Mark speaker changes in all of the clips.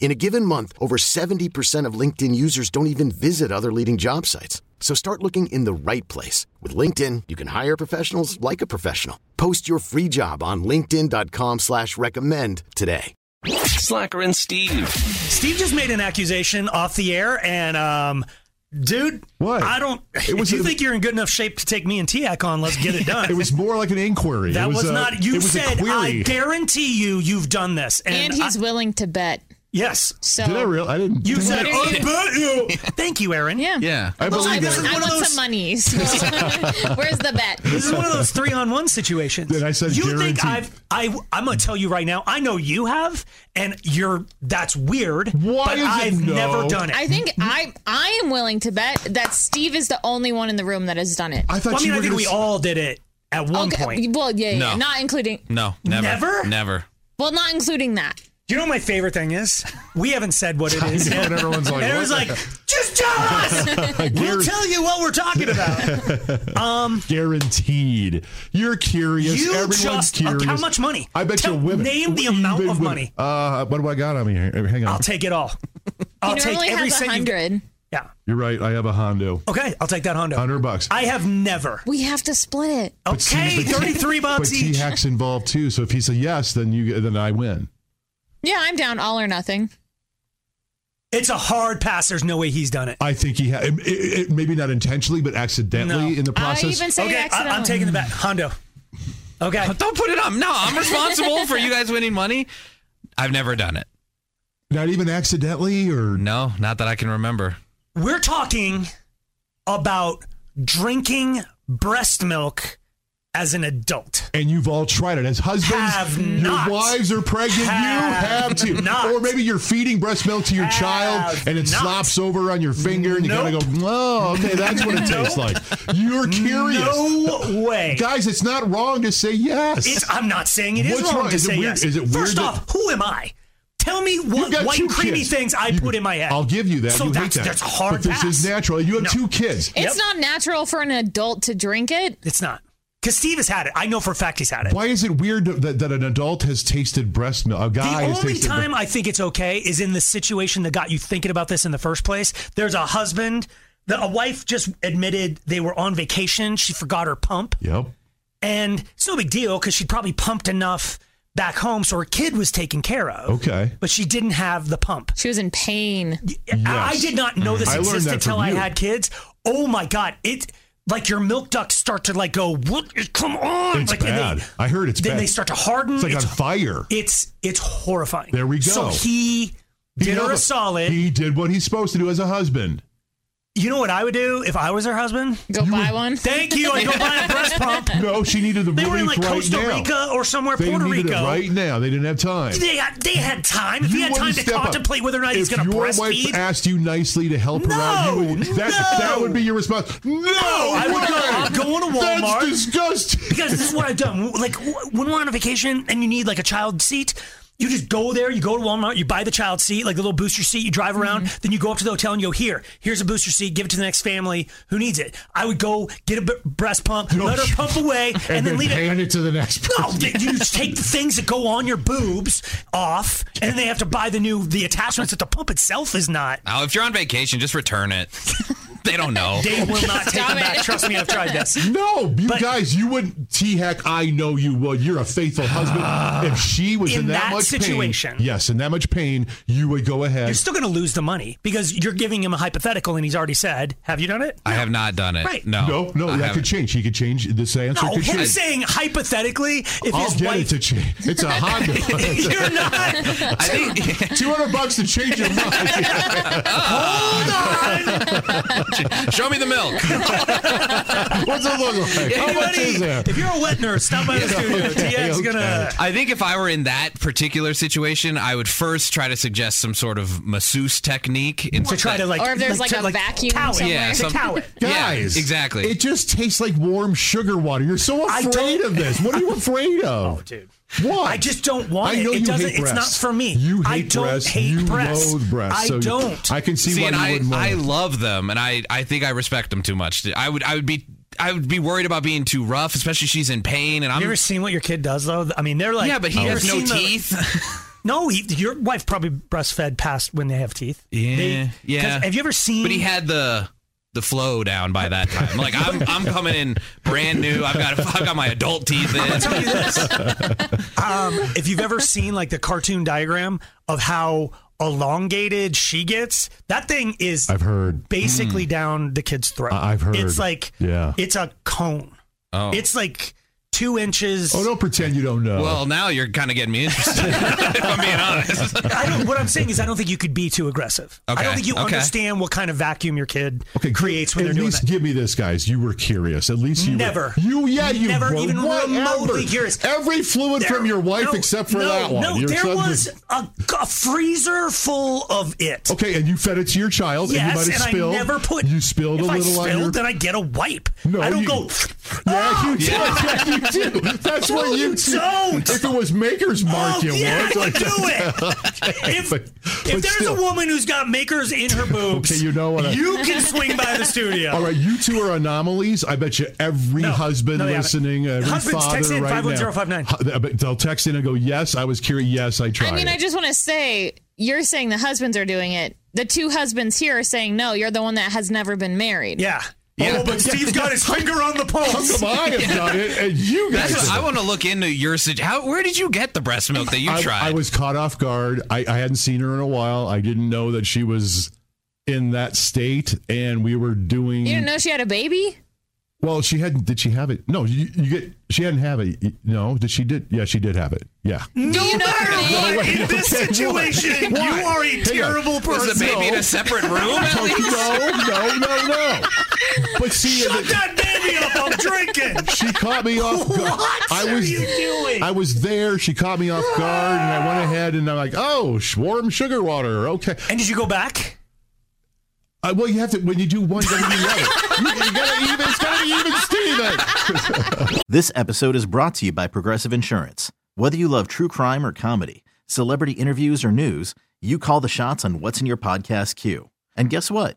Speaker 1: In a given month, over 70% of LinkedIn users don't even visit other leading job sites. So start looking in the right place. With LinkedIn, you can hire professionals like a professional. Post your free job on linkedin.com slash recommend today.
Speaker 2: Slacker and Steve.
Speaker 3: Steve just made an accusation off the air, and um, dude,
Speaker 4: What?
Speaker 3: I don't.
Speaker 4: It was-
Speaker 3: if you think you're in good enough shape to take me and Tiak on, let's get it done.
Speaker 4: It was more like an inquiry.
Speaker 3: that
Speaker 4: it
Speaker 3: was,
Speaker 4: a-
Speaker 3: not. You
Speaker 4: it was a
Speaker 3: said I
Speaker 4: query.
Speaker 3: guarantee you, you've done this, and,
Speaker 5: And
Speaker 3: I-
Speaker 5: he's willing to bet.
Speaker 3: yes,
Speaker 5: So
Speaker 4: Did I real? I didn't.
Speaker 3: you
Speaker 4: Dang
Speaker 3: said I
Speaker 4: it.
Speaker 3: bet you. Thank you, Aaron.
Speaker 5: yeah.
Speaker 6: Yeah.
Speaker 4: I
Speaker 5: Well, I
Speaker 4: believe
Speaker 5: want,
Speaker 4: it.
Speaker 3: one
Speaker 5: I
Speaker 3: of
Speaker 5: want
Speaker 3: those-
Speaker 5: some money. So where's the bet?
Speaker 3: This is one of those three on one situations.
Speaker 4: Then I said
Speaker 3: you think
Speaker 4: guaranteed.
Speaker 3: I've I I'm gonna tell you right now. I know you have, and you're that's weird.
Speaker 4: Why
Speaker 3: but
Speaker 4: is it
Speaker 3: I've
Speaker 4: no?
Speaker 3: never done it.
Speaker 5: I think I I am willing to bet that Steve is the only one in the room that has done it.
Speaker 4: I thought
Speaker 3: Well, I
Speaker 4: you
Speaker 3: mean, I
Speaker 4: were
Speaker 3: think we
Speaker 4: gonna s-
Speaker 3: all did it at one point.
Speaker 5: Well, yeah, yeah,
Speaker 6: No.
Speaker 5: not including.
Speaker 6: No, never.
Speaker 3: Never?
Speaker 6: Never.
Speaker 5: Well, not including that.
Speaker 3: You know what my favorite thing is? We haven't said what it is.
Speaker 4: know,
Speaker 3: yet.
Speaker 4: and everyone's like,
Speaker 3: And it was
Speaker 4: what
Speaker 3: like, just tell us. we'll tell you what we're talking about.
Speaker 4: guaranteed. You're curious.
Speaker 3: You
Speaker 4: Everyone's
Speaker 3: just-
Speaker 4: curious.
Speaker 3: how much money?
Speaker 4: I bet
Speaker 3: Tell-
Speaker 4: you women.
Speaker 3: name the
Speaker 4: Even
Speaker 3: amount of
Speaker 4: women.
Speaker 3: money.
Speaker 4: Uh, what do I got on me here? Hang on.
Speaker 3: I'll take it all. I'll
Speaker 5: you
Speaker 3: take
Speaker 5: normally
Speaker 3: every
Speaker 5: have a
Speaker 3: cent. you-
Speaker 5: hundred.
Speaker 3: yeah.
Speaker 4: You're right. I have a Hondo.
Speaker 3: Okay, I'll take that Honda.
Speaker 4: Hundred bucks.
Speaker 3: I have never.
Speaker 5: We have to split it.
Speaker 3: Okay,
Speaker 4: see, but-
Speaker 3: thirty-three
Speaker 4: but
Speaker 3: bucks
Speaker 4: T
Speaker 3: each.
Speaker 4: Hack's involved too. So if he says yes, then you then I win.
Speaker 5: Yeah, I'm down. All or nothing.
Speaker 3: It's a hard pass. There's no way he's done it.
Speaker 4: I think he had it, it, it- maybe not intentionally, but accidentally
Speaker 3: No.
Speaker 4: in the
Speaker 5: I
Speaker 4: process.
Speaker 5: even say
Speaker 3: Okay, I,
Speaker 5: accidental.
Speaker 3: I'm taking the bet. Hondo. Okay.
Speaker 6: Don't put it on. No, I'm responsible for you guys winning money. I've never done it.
Speaker 4: not even accidentally, or
Speaker 6: No, not that I can remember.
Speaker 3: We're talking about drinking breast milk as an adult.
Speaker 4: and you've all tried it as husbands.
Speaker 3: Have
Speaker 4: your
Speaker 3: not.
Speaker 4: wives are pregnant.
Speaker 3: Have
Speaker 4: you have to,
Speaker 3: not.
Speaker 4: or maybe you're feeding breast milk to your
Speaker 3: Have
Speaker 4: child, and it
Speaker 3: not.
Speaker 4: slops over on your finger, and you kind
Speaker 3: Nope.
Speaker 4: of go, "Oh, okay, that's what it tastes like." You're curious,
Speaker 3: No way.
Speaker 4: guys. It's not wrong to say yes.
Speaker 3: It's, I'm not saying it is
Speaker 4: What's
Speaker 3: wrong,
Speaker 4: wrong?
Speaker 3: to
Speaker 4: Is it
Speaker 3: say
Speaker 4: weird-
Speaker 3: yes.
Speaker 4: is it weird
Speaker 3: First
Speaker 4: that-
Speaker 3: off, who am I? Tell me
Speaker 4: You've
Speaker 3: what
Speaker 4: got
Speaker 3: white
Speaker 4: two
Speaker 3: creamy
Speaker 4: kids.
Speaker 3: things I
Speaker 4: You-
Speaker 3: put in my head.
Speaker 4: I'll give you that.
Speaker 3: So
Speaker 4: you
Speaker 3: that's,
Speaker 4: hate that.
Speaker 3: that's a hard
Speaker 4: But this
Speaker 3: pass.
Speaker 4: is natural. You have
Speaker 3: No.
Speaker 4: two kids.
Speaker 5: It's
Speaker 3: Yep.
Speaker 5: not natural for an adult to drink it.
Speaker 3: It's not. Because Steve has had it. I know for a fact he's had it.
Speaker 4: Why is it weird that, that an adult has tasted breast milk? A guy
Speaker 3: the
Speaker 4: has
Speaker 3: only
Speaker 4: tasted
Speaker 3: time I think it's okay is in the situation that got you thinking about this in the first place. There's a husband, the, a wife just admitted they were on vacation. She forgot her pump.
Speaker 4: Yep.
Speaker 3: And it's no big deal because she'd probably pumped enough back home so her kid was taken care of.
Speaker 4: Okay.
Speaker 3: But she didn't have the pump.
Speaker 5: She was in pain.
Speaker 3: I I
Speaker 4: Yes. Mm-hmm.
Speaker 3: did not know this
Speaker 4: I learned
Speaker 3: existed
Speaker 4: that from
Speaker 3: until I
Speaker 4: you.
Speaker 3: had kids. Oh my god! It like your milk ducts start to like go. What? Come on!
Speaker 4: It's
Speaker 3: like, and
Speaker 4: bad.
Speaker 3: They,
Speaker 4: I heard it's
Speaker 3: then
Speaker 4: bad.
Speaker 3: they start to harden.
Speaker 4: It's like
Speaker 3: it's,
Speaker 4: on fire.
Speaker 3: it's it's horrifying.
Speaker 4: There we
Speaker 3: So
Speaker 4: go.
Speaker 3: he
Speaker 4: He
Speaker 3: did
Speaker 4: knows
Speaker 3: her a
Speaker 4: it.
Speaker 3: solid.
Speaker 4: He did what he's supposed to do as a husband.
Speaker 3: you know what I would do if I was her husband?
Speaker 5: Go buy one.
Speaker 3: Thank you. I would go buy a breast pump.
Speaker 4: No, she needed the
Speaker 3: They were in
Speaker 4: relief
Speaker 3: like
Speaker 4: right
Speaker 3: Costa
Speaker 4: now.
Speaker 3: Rica or somewhere
Speaker 4: they
Speaker 3: Puerto
Speaker 4: needed
Speaker 3: Rico.
Speaker 4: it right now. They didn't have time.
Speaker 3: They had they had time. If he had
Speaker 4: wouldn't
Speaker 3: time to
Speaker 4: step up.
Speaker 3: contemplate whether or not he's
Speaker 4: If
Speaker 3: going to
Speaker 4: your
Speaker 3: breastfeed,
Speaker 4: wife asked you nicely to help her out, you would,
Speaker 3: No,
Speaker 4: that,
Speaker 3: no.
Speaker 4: that would be your response. No,
Speaker 3: oh, I would go, I'm going to
Speaker 4: way.
Speaker 3: Walmart.
Speaker 4: That's disgusting.
Speaker 3: Because this is what I've done. Like w- when we're on a vacation and you need like a child seat, you just go there. You go to Walmart. You buy the child seat, like the little booster seat. You drive around. Then you go up to the hotel and you go, "Here, here's a booster seat. Give it to the next family who needs it." I would go get a b- breast pump, let her pump away, and,
Speaker 4: And,
Speaker 3: then,
Speaker 4: then,
Speaker 3: leave it.
Speaker 4: hand it. to the next person.
Speaker 3: No, th- you just take the things that go on your boobs off, and then they have to buy the new the attachments that the pump itself is not.
Speaker 6: Oh, if you're on vacation, just return it. They don't know.
Speaker 3: They will not take
Speaker 5: Stop
Speaker 3: them back.
Speaker 5: it.
Speaker 3: Trust me, I've tried this.
Speaker 4: No, you
Speaker 3: But-
Speaker 4: guys, you wouldn't. T Hack, I know you would. You're a faithful husband. if she was
Speaker 3: Ah.
Speaker 4: in,
Speaker 3: In that
Speaker 4: much
Speaker 3: situation.
Speaker 4: pain, yes, in that much pain, you would go ahead.
Speaker 3: You're still going to lose the money because you're giving him a hypothetical, and he's already said, "Have you done it?"
Speaker 6: I have not done it.
Speaker 3: Right.
Speaker 6: No.
Speaker 4: no, no,
Speaker 6: Oh, I
Speaker 4: that
Speaker 6: haven't.
Speaker 4: could change. He could change this answer.
Speaker 3: No,
Speaker 4: could
Speaker 3: him
Speaker 4: change.
Speaker 3: saying hypothetically, if
Speaker 4: I'll
Speaker 3: his
Speaker 4: get
Speaker 3: wife,
Speaker 4: it to change. It's a Honda.
Speaker 3: you're not.
Speaker 6: I think
Speaker 4: Two hundred bucks to change your mind.
Speaker 6: show me the milk.
Speaker 4: What's it look like? How much is
Speaker 3: Anybody,
Speaker 4: that?
Speaker 3: if you're a wet nurse, stop by the studio. TX is gonna.
Speaker 6: I think if I were in that particular situation, I would first try to suggest some sort of masseuse technique and
Speaker 3: To try to like,
Speaker 5: Or if there's, like,
Speaker 3: to,
Speaker 5: a vacuum
Speaker 3: towel it,
Speaker 5: somewhere.
Speaker 6: Yeah,
Speaker 3: to
Speaker 6: some-
Speaker 3: towel it.
Speaker 4: Guys,
Speaker 6: Yeah, exactly.
Speaker 4: It just tastes like warm sugar water. You're so
Speaker 3: I
Speaker 4: afraid
Speaker 3: don't- Oh,
Speaker 4: of this. What are you afraid of?
Speaker 3: dude.
Speaker 4: What?
Speaker 3: I just don't want
Speaker 4: I know
Speaker 3: it. It
Speaker 4: you
Speaker 3: doesn't.
Speaker 4: hate
Speaker 3: it's not
Speaker 4: breasts.
Speaker 3: for me.
Speaker 4: You hate
Speaker 3: I don't
Speaker 4: breasts.
Speaker 3: hate
Speaker 4: you
Speaker 3: breasts.
Speaker 4: loathe breasts.
Speaker 3: I
Speaker 4: so you-
Speaker 3: don't.
Speaker 4: I can see,
Speaker 6: See,
Speaker 4: why
Speaker 6: and
Speaker 4: you
Speaker 6: I,
Speaker 4: wouldn't want
Speaker 6: I
Speaker 4: it.
Speaker 6: love them, and I, I think I respect them too much. I would I would be I would be worried about being too rough, especially she's in pain, and I'm
Speaker 3: You ever seen what your kid does though? I mean, they're like,
Speaker 6: yeah, but he
Speaker 3: You
Speaker 6: has
Speaker 3: ever
Speaker 6: no
Speaker 3: seen the-
Speaker 6: teeth.
Speaker 3: no, he, your wife probably breastfed past when they have teeth.
Speaker 6: yeah,
Speaker 3: They- 'cause
Speaker 6: yeah.
Speaker 3: Have you ever seen?
Speaker 6: but he had the the flow down by that time. Like I'm I'm coming in brand new. I've got I've got my adult teeth in.
Speaker 3: tell you this. um, if you've ever seen like the cartoon diagram of how elongated she gets, that thing is
Speaker 4: I've heard. Hmm.
Speaker 3: basically down the kid's throat.
Speaker 4: I- I've heard.
Speaker 3: It's like
Speaker 4: Yeah.
Speaker 3: it's a cone.
Speaker 6: Oh.
Speaker 3: It's like two inches.
Speaker 4: Oh, don't pretend you don't know.
Speaker 6: Well, now you're kind of getting me interested. if I'm being honest.
Speaker 3: I don't, what I'm saying is, I don't think you could be too aggressive. I
Speaker 6: Okay,
Speaker 3: don't think you
Speaker 6: okay.
Speaker 3: understand what kind of vacuum your kid
Speaker 4: Okay,
Speaker 3: creates when
Speaker 4: at
Speaker 3: they're doing
Speaker 4: least
Speaker 3: that.
Speaker 4: give me this, guys. You were curious. At least you were-
Speaker 3: Never.
Speaker 4: you, yeah, you
Speaker 3: Never
Speaker 4: were.
Speaker 3: even
Speaker 4: Whatever.
Speaker 3: remotely curious.
Speaker 4: Every fluid
Speaker 3: There-
Speaker 4: from your wife,
Speaker 3: no,
Speaker 4: except for
Speaker 3: no,
Speaker 4: that one.
Speaker 3: No,
Speaker 4: Your
Speaker 3: there
Speaker 4: son
Speaker 3: was a, a freezer full of it.
Speaker 4: Okay, and you fed it to your child. and you
Speaker 3: Yes,
Speaker 4: might
Speaker 3: and
Speaker 4: have spilled.
Speaker 3: I never put.
Speaker 4: You spilled a
Speaker 3: if
Speaker 4: little
Speaker 3: I
Speaker 4: on
Speaker 3: spilled,
Speaker 4: your.
Speaker 3: then I get a wipe.
Speaker 4: No,
Speaker 3: I don't
Speaker 4: you-
Speaker 3: go.
Speaker 4: Yeah,
Speaker 3: "Ah!"
Speaker 4: you do. Yeah, you do. That's
Speaker 3: No,
Speaker 4: what you
Speaker 3: you
Speaker 4: do.
Speaker 3: don't.
Speaker 4: If it was Maker's Mark,
Speaker 3: Oh,
Speaker 4: you
Speaker 3: yeah,
Speaker 4: would.
Speaker 3: I can do it. if,
Speaker 4: but-
Speaker 3: if
Speaker 4: but
Speaker 3: there's
Speaker 4: still.
Speaker 3: a woman who's got makers in her boobs,
Speaker 4: Okay, you know what I-
Speaker 3: you can swing by the studio.
Speaker 4: All right, you two are anomalies. I bet you every
Speaker 3: No,
Speaker 4: husband
Speaker 3: no, they haven't.
Speaker 4: listening, every
Speaker 3: Husbands,
Speaker 4: father
Speaker 3: text in
Speaker 4: right now,
Speaker 3: 51059.
Speaker 4: Hu- I bet they'll text in and go, "Yes, I was curious. Yes, I tried."
Speaker 5: I mean, I
Speaker 4: it."
Speaker 5: just want to say you're saying the husbands are doing it. The two husbands here are saying no. You're the one that has never been married.
Speaker 3: Yeah.
Speaker 6: Yeah.
Speaker 3: Oh, but Steve's got his finger on the pulse.
Speaker 4: Oh, Come on, I have done it, and you guys.
Speaker 6: That's what,
Speaker 4: have
Speaker 6: I
Speaker 4: done it.
Speaker 6: want to look into your sit- how where did you get the breast milk that you
Speaker 4: I,
Speaker 6: tried?
Speaker 4: I was caught off guard. I, I hadn't seen her in a while. I didn't know that she was in that state, and we were doing.
Speaker 5: You didn't know she had a baby?
Speaker 4: Well, she hadn't. Did she have it? No, you, you get. She hadn't have it. You- No, did she? Did yeah, she did have it. Yeah.
Speaker 5: Do you know her name?
Speaker 3: In this situation, you are a terrible person.
Speaker 6: Was the baby in a separate room? at least?
Speaker 4: No, no, no, no. But see,
Speaker 3: Shut
Speaker 4: the-
Speaker 3: that baby up! I'm drinking.
Speaker 4: she caught me off guard.
Speaker 3: What
Speaker 4: I
Speaker 3: are
Speaker 4: was,
Speaker 3: you doing?
Speaker 4: I was there. She caught me off guard, and I went ahead, and I'm like, "Oh, sh- warm sugar water, okay."
Speaker 3: And did you go back?
Speaker 4: Uh, well, you have to when you do one, you gotta do the other. You, you gotta even. It's gotta be even, Steven.
Speaker 7: This episode is brought to you by Progressive Insurance. Whether you love true crime or comedy, celebrity interviews or news, you call the shots on what's in your podcast queue. And guess what?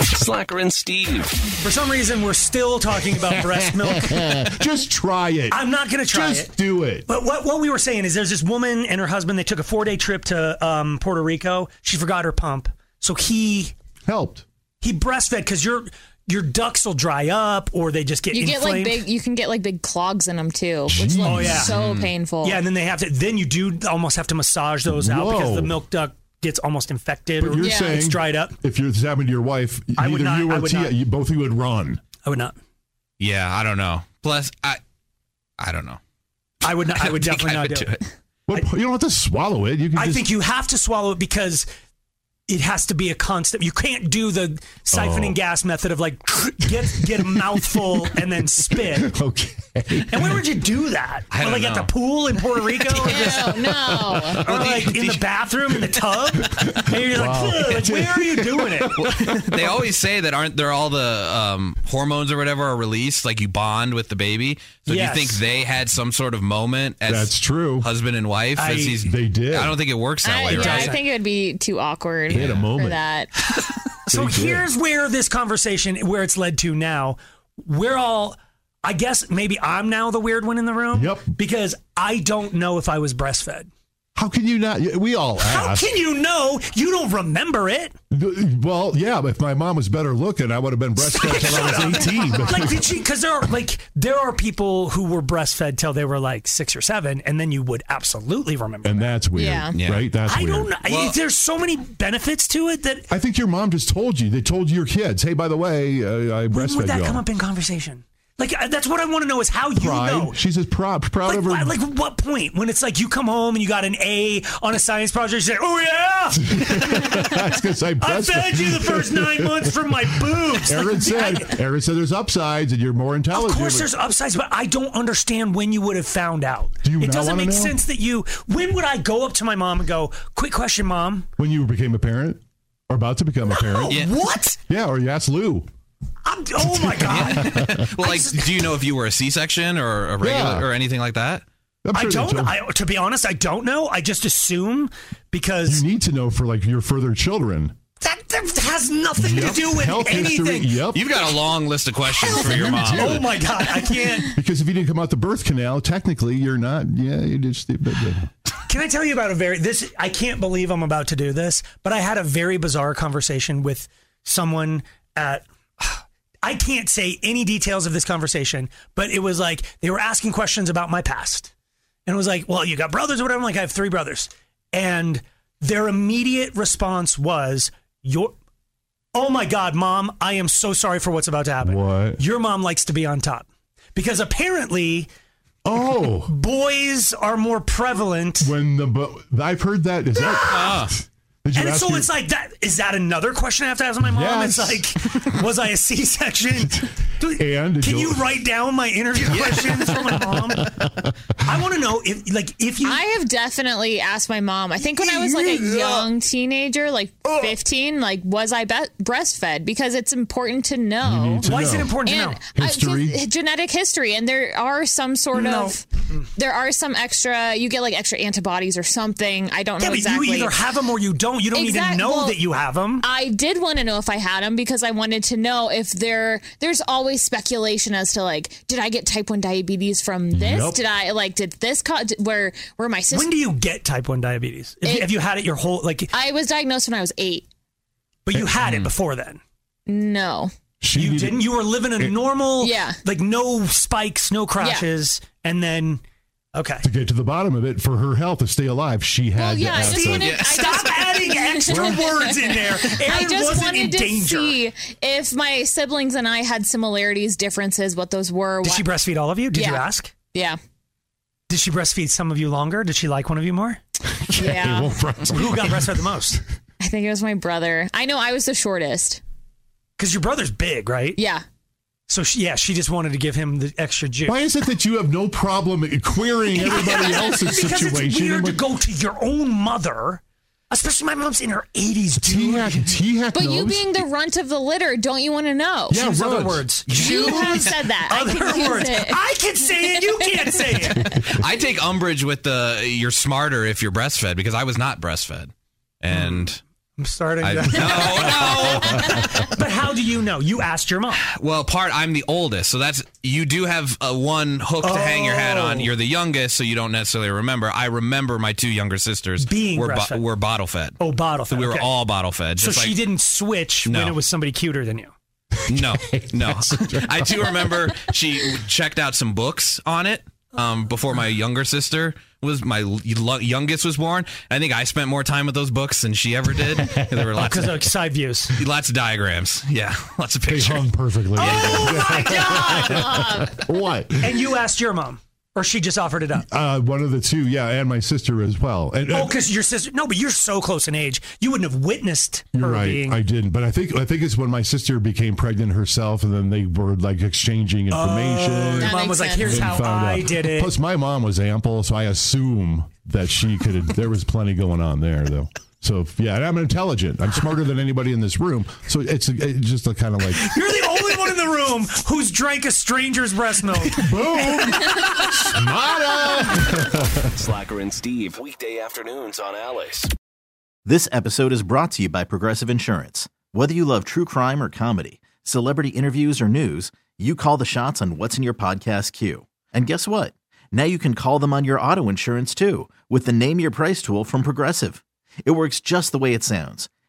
Speaker 2: Slacker and Steve.
Speaker 3: For some reason, we're still talking about breast milk.
Speaker 4: Just try it.
Speaker 3: I'm not going to try
Speaker 4: Just
Speaker 3: it.
Speaker 4: do it.
Speaker 3: But what, what we were saying is there's this woman and her husband. They took a four day trip to um, Puerto Rico. She forgot her pump, so he
Speaker 4: Helped.
Speaker 3: he breastfed because your your ducks will dry up or they just get
Speaker 5: You get like
Speaker 3: inflamed.
Speaker 5: big. You can get like big clogs in them too, which looks
Speaker 3: Oh, yeah.
Speaker 5: so painful.
Speaker 3: Yeah, and then they have to. Then you do almost have to massage those out because
Speaker 4: Whoa.
Speaker 3: the milk duct gets almost infected
Speaker 4: But
Speaker 3: or
Speaker 4: you're
Speaker 5: Yeah.
Speaker 4: saying
Speaker 3: it's dried up.
Speaker 4: If you're this happened to your wife,
Speaker 3: I
Speaker 4: either
Speaker 3: would not-
Speaker 4: you
Speaker 3: I
Speaker 4: or
Speaker 3: would
Speaker 4: Tia,
Speaker 3: not.
Speaker 4: you, both of you would run.
Speaker 3: I would not.
Speaker 6: Yeah, I don't know. Plus, I I don't know.
Speaker 3: I would not. I, would
Speaker 6: think
Speaker 3: definitely
Speaker 6: I
Speaker 3: not
Speaker 6: would
Speaker 3: do it.
Speaker 4: But you don't have to swallow it. You can
Speaker 3: I
Speaker 4: just
Speaker 3: think you have to swallow it because it has to be a constant. You can't do the siphoning gas method of like get get a mouthful and then spit.
Speaker 4: Okay.
Speaker 3: And where would you do that?
Speaker 6: I don't
Speaker 3: like at
Speaker 6: know.
Speaker 3: the pool in Puerto Rico, or, just,
Speaker 5: No, no.
Speaker 3: or like in the bathroom in the tub? And you're like, "Ugh," like, where are you doing it?
Speaker 6: they always say that aren't there all the um, hormones or whatever are released, like you bond with the baby. So
Speaker 3: Yes.
Speaker 6: do you think they had some sort of moment as
Speaker 4: That's true.
Speaker 6: husband and wife?
Speaker 3: I-
Speaker 6: as he's,
Speaker 4: They did.
Speaker 6: I don't think it works that
Speaker 5: I,
Speaker 6: way,
Speaker 5: yeah, I
Speaker 6: right?
Speaker 5: think it would be too awkward
Speaker 4: had a
Speaker 5: for
Speaker 4: moment.
Speaker 5: that.
Speaker 3: So
Speaker 4: Pretty good.
Speaker 3: here's where this conversation, where it's led to now, we're all, I guess maybe I'm now the weird one in the room.
Speaker 4: Yep.
Speaker 3: Because I don't know if I was breastfed.
Speaker 4: How can you not? We all
Speaker 3: How
Speaker 4: ask.
Speaker 3: can you know? You don't remember it.
Speaker 4: Well, yeah, but if my mom was better looking, I would have been breastfed till I was 18.
Speaker 3: Like, did she? Because there are like there are people who were breastfed till they were like six or seven, and then you would absolutely remember.
Speaker 4: and that's weird,
Speaker 5: Yeah.
Speaker 6: Yeah.
Speaker 4: right? That's
Speaker 3: I
Speaker 4: weird.
Speaker 3: don't know.
Speaker 6: Well-
Speaker 3: There's so many benefits to it that
Speaker 4: I think your mom just told you. They told your kids, hey, by the way, uh, I
Speaker 3: when
Speaker 4: breastfed
Speaker 3: would that
Speaker 4: y'all.
Speaker 3: come up in conversation? Like, I- that's what I want to know is how you
Speaker 4: Pride.
Speaker 3: know.
Speaker 4: She says proud, proud
Speaker 3: Like,
Speaker 4: of her.
Speaker 3: why- like what point when it's like you come home and you got an A on a science project? You say, "Oh yeah,
Speaker 4: That's because I
Speaker 3: I
Speaker 4: breastfed.
Speaker 3: fed you the first nine months from my boobs." Like,
Speaker 4: Aaron said, Aaron said there's upsides and you're more
Speaker 3: Of
Speaker 4: intelligent.
Speaker 3: course, there's upsides, but I don't understand when you would have found out.
Speaker 4: Do you
Speaker 3: it
Speaker 4: not
Speaker 3: doesn't
Speaker 4: wanna
Speaker 3: make
Speaker 4: know?
Speaker 3: sense that you. When would I go up to my mom and go, "Quick question, mom"?
Speaker 4: when you became a parent or about to become a parent.
Speaker 6: Yeah.
Speaker 3: What?
Speaker 4: Yeah, or you asked Lou.
Speaker 3: I'm, oh my god!
Speaker 6: well, like, do you know if you were a C-section or a regular
Speaker 4: Yeah.
Speaker 6: or anything like that?
Speaker 4: I'm
Speaker 3: I
Speaker 4: sure they
Speaker 3: don't.
Speaker 4: told-
Speaker 3: I, to be honest, I don't know. I just assume because
Speaker 4: you need to know for like your further children.
Speaker 3: that, that has nothing
Speaker 4: Yep.
Speaker 3: to do with
Speaker 4: Health
Speaker 3: anything.
Speaker 4: history. Yep.
Speaker 6: You've got a long list of questions for your mom.
Speaker 3: Oh my god! I can't.
Speaker 4: Because if you didn't come out the birth canal, technically you're not. Yeah, you just. But, but-
Speaker 3: Can I tell you about a very this I can't believe I'm about to do this, but I had a very bizarre conversation with someone at I can't say any details of this conversation, but it was like they were asking questions about my past. And it was like, "Well, you got brothers or whatever." I'm like, "I have 3 brothers." And their immediate response was, "Your Oh my god, mom, I am so sorry for what's about to happen.
Speaker 4: What?
Speaker 3: Your mom likes to be on top." Because apparently
Speaker 4: oh,
Speaker 3: boys are more prevalent
Speaker 4: when the bo- I've heard that. Is that? Did you
Speaker 3: And
Speaker 4: ask
Speaker 3: so
Speaker 4: your-
Speaker 3: it's like that. Is that another question I have to ask my mom?
Speaker 4: Yes.
Speaker 3: It's like, was I a C-section? Do-
Speaker 4: And did
Speaker 3: can
Speaker 4: you-
Speaker 3: you write down my interview questions for my mom? I want to know if, like, if you.
Speaker 5: I have definitely asked my mom. I think when I was like a young teenager, like 15, like was I be- breastfed? Because it's important to
Speaker 4: You
Speaker 5: know.
Speaker 4: need to
Speaker 3: why is it
Speaker 4: know.
Speaker 3: important to know?
Speaker 5: And I-
Speaker 4: History?
Speaker 5: just genetic history, and there are some sort
Speaker 3: No.
Speaker 5: of there are some extra. You get like extra antibodies or something. I don't
Speaker 3: Yeah,
Speaker 5: know
Speaker 3: but
Speaker 5: exactly.
Speaker 3: you either have them or you don't. You don't even
Speaker 5: Exact-
Speaker 3: know
Speaker 5: well,
Speaker 3: that you have them.
Speaker 5: I did want to know if I had them because I wanted to know if there there's always speculation as to like did I get type 1 diabetes from this?
Speaker 4: Yep.
Speaker 5: Did I like did this cause where where my sister
Speaker 3: when do you get type one diabetes? If you,
Speaker 5: It-
Speaker 3: have you had it your whole like?
Speaker 5: I was diagnosed when I was 8.
Speaker 3: But you had
Speaker 4: Mm.
Speaker 3: it before then.
Speaker 5: No.
Speaker 4: She
Speaker 3: You
Speaker 4: needed-
Speaker 3: didn't. You were living a normal,
Speaker 5: Yeah.
Speaker 3: like no spikes, no crashes, and then okay.
Speaker 4: to get to the bottom of it for her health to stay alive. She had.
Speaker 5: Well,
Speaker 4: to
Speaker 5: yeah, I
Speaker 4: ask
Speaker 5: just
Speaker 4: that.
Speaker 5: wanted I
Speaker 3: Stop
Speaker 5: just-
Speaker 3: adding extra words in there. Aaron
Speaker 5: I just
Speaker 3: wasn't in
Speaker 5: wanted to
Speaker 3: danger.
Speaker 5: see if my siblings and I had similarities, differences, what those were.
Speaker 3: Did
Speaker 5: why-
Speaker 3: she breastfeed all of you? Did you
Speaker 5: Yeah.
Speaker 3: ask?
Speaker 5: yeah.
Speaker 3: Did she breastfeed some of you longer? Did she like one of you more?
Speaker 5: Yeah.
Speaker 4: Well, friends,
Speaker 3: Who got breastfed the most?
Speaker 5: I think it was my brother. I know I was the shortest.
Speaker 3: Because your brother's big, right?
Speaker 5: Yeah.
Speaker 3: So she, yeah, she just wanted to give him the extra juice.
Speaker 4: Why is it that you have no problem querying everybody else's
Speaker 3: because
Speaker 4: situation?
Speaker 3: it's weird
Speaker 4: and
Speaker 3: to
Speaker 4: what-
Speaker 3: go to your own mother, especially my mom's in her 80s,
Speaker 4: T
Speaker 3: dude.
Speaker 4: hack, T hack
Speaker 5: But
Speaker 4: knows.
Speaker 5: you being the runt of the litter, don't you want to know?
Speaker 4: Yeah,
Speaker 3: Use other
Speaker 4: runs.
Speaker 3: words.
Speaker 5: You have said that. I
Speaker 3: Other
Speaker 5: can use
Speaker 3: words.
Speaker 5: it.
Speaker 3: I can say it. You can't say it.
Speaker 6: I take umbrage with the you're smarter if you're breastfed because I was not breastfed. And
Speaker 3: I'm starting
Speaker 6: I,
Speaker 3: to.
Speaker 6: no, no.
Speaker 3: But how do you know? You asked your mom.
Speaker 6: Well, part I'm the oldest, so that's you do have a one hook to hang your hat on. You're the youngest, so you don't necessarily remember. I remember my two younger sisters
Speaker 3: Being
Speaker 6: were,
Speaker 3: breastfed.
Speaker 6: were bottle fed.
Speaker 3: Oh, bottle
Speaker 6: so
Speaker 3: fed,
Speaker 6: we were
Speaker 3: okay.
Speaker 6: all bottle fed.
Speaker 3: So
Speaker 6: just
Speaker 3: she
Speaker 6: like-
Speaker 3: didn't switch when
Speaker 6: No.
Speaker 3: it was somebody cuter than you.
Speaker 6: No, no. I do remember she checked out some books on it um, before my younger sister was my l- youngest was born. I think I spent more time with those books than she ever did. There were lots
Speaker 3: Because
Speaker 6: of
Speaker 3: of side views.
Speaker 6: lots of diagrams. Yeah, lots of
Speaker 4: they
Speaker 6: pictures.
Speaker 4: hung perfectly.
Speaker 3: Oh my god!
Speaker 4: What?
Speaker 3: And you asked your mom. or she just offered it up?
Speaker 4: Uh, one of the two, yeah, and my sister as well. And, uh,
Speaker 3: Oh,
Speaker 4: and-
Speaker 3: because your sister. No, but you're so close in age. You wouldn't have witnessed
Speaker 4: You're
Speaker 3: her
Speaker 4: right.
Speaker 3: being.
Speaker 4: I didn't, but I think I think it's when my sister became pregnant herself, and then they were like exchanging information.
Speaker 3: your
Speaker 5: That
Speaker 3: mom
Speaker 5: makes
Speaker 3: was like,
Speaker 5: sense.
Speaker 3: "Here's
Speaker 4: and
Speaker 3: Oh, how
Speaker 4: found
Speaker 3: I
Speaker 4: out.
Speaker 3: did it."
Speaker 4: Plus, my mom was ample, so I assume that she could. have There was plenty going on there, though. So yeah, and I'm intelligent. I'm smarter than anybody in this room. So it's, it's just a kind of like
Speaker 3: You're the only one in the room who's drank a stranger's breast milk.
Speaker 4: boom, smarter.
Speaker 2: Slacker and Steve, weekday afternoons on Alice.
Speaker 7: This episode is brought to you by Progressive Insurance. Whether you love true crime or comedy, celebrity interviews or news, you call the shots on what's in your podcast queue. And guess what? Now you can call them on your auto insurance too with the Name Your Price tool from Progressive. It works just the way it sounds.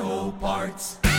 Speaker 8: O'Reilly Auto Parts.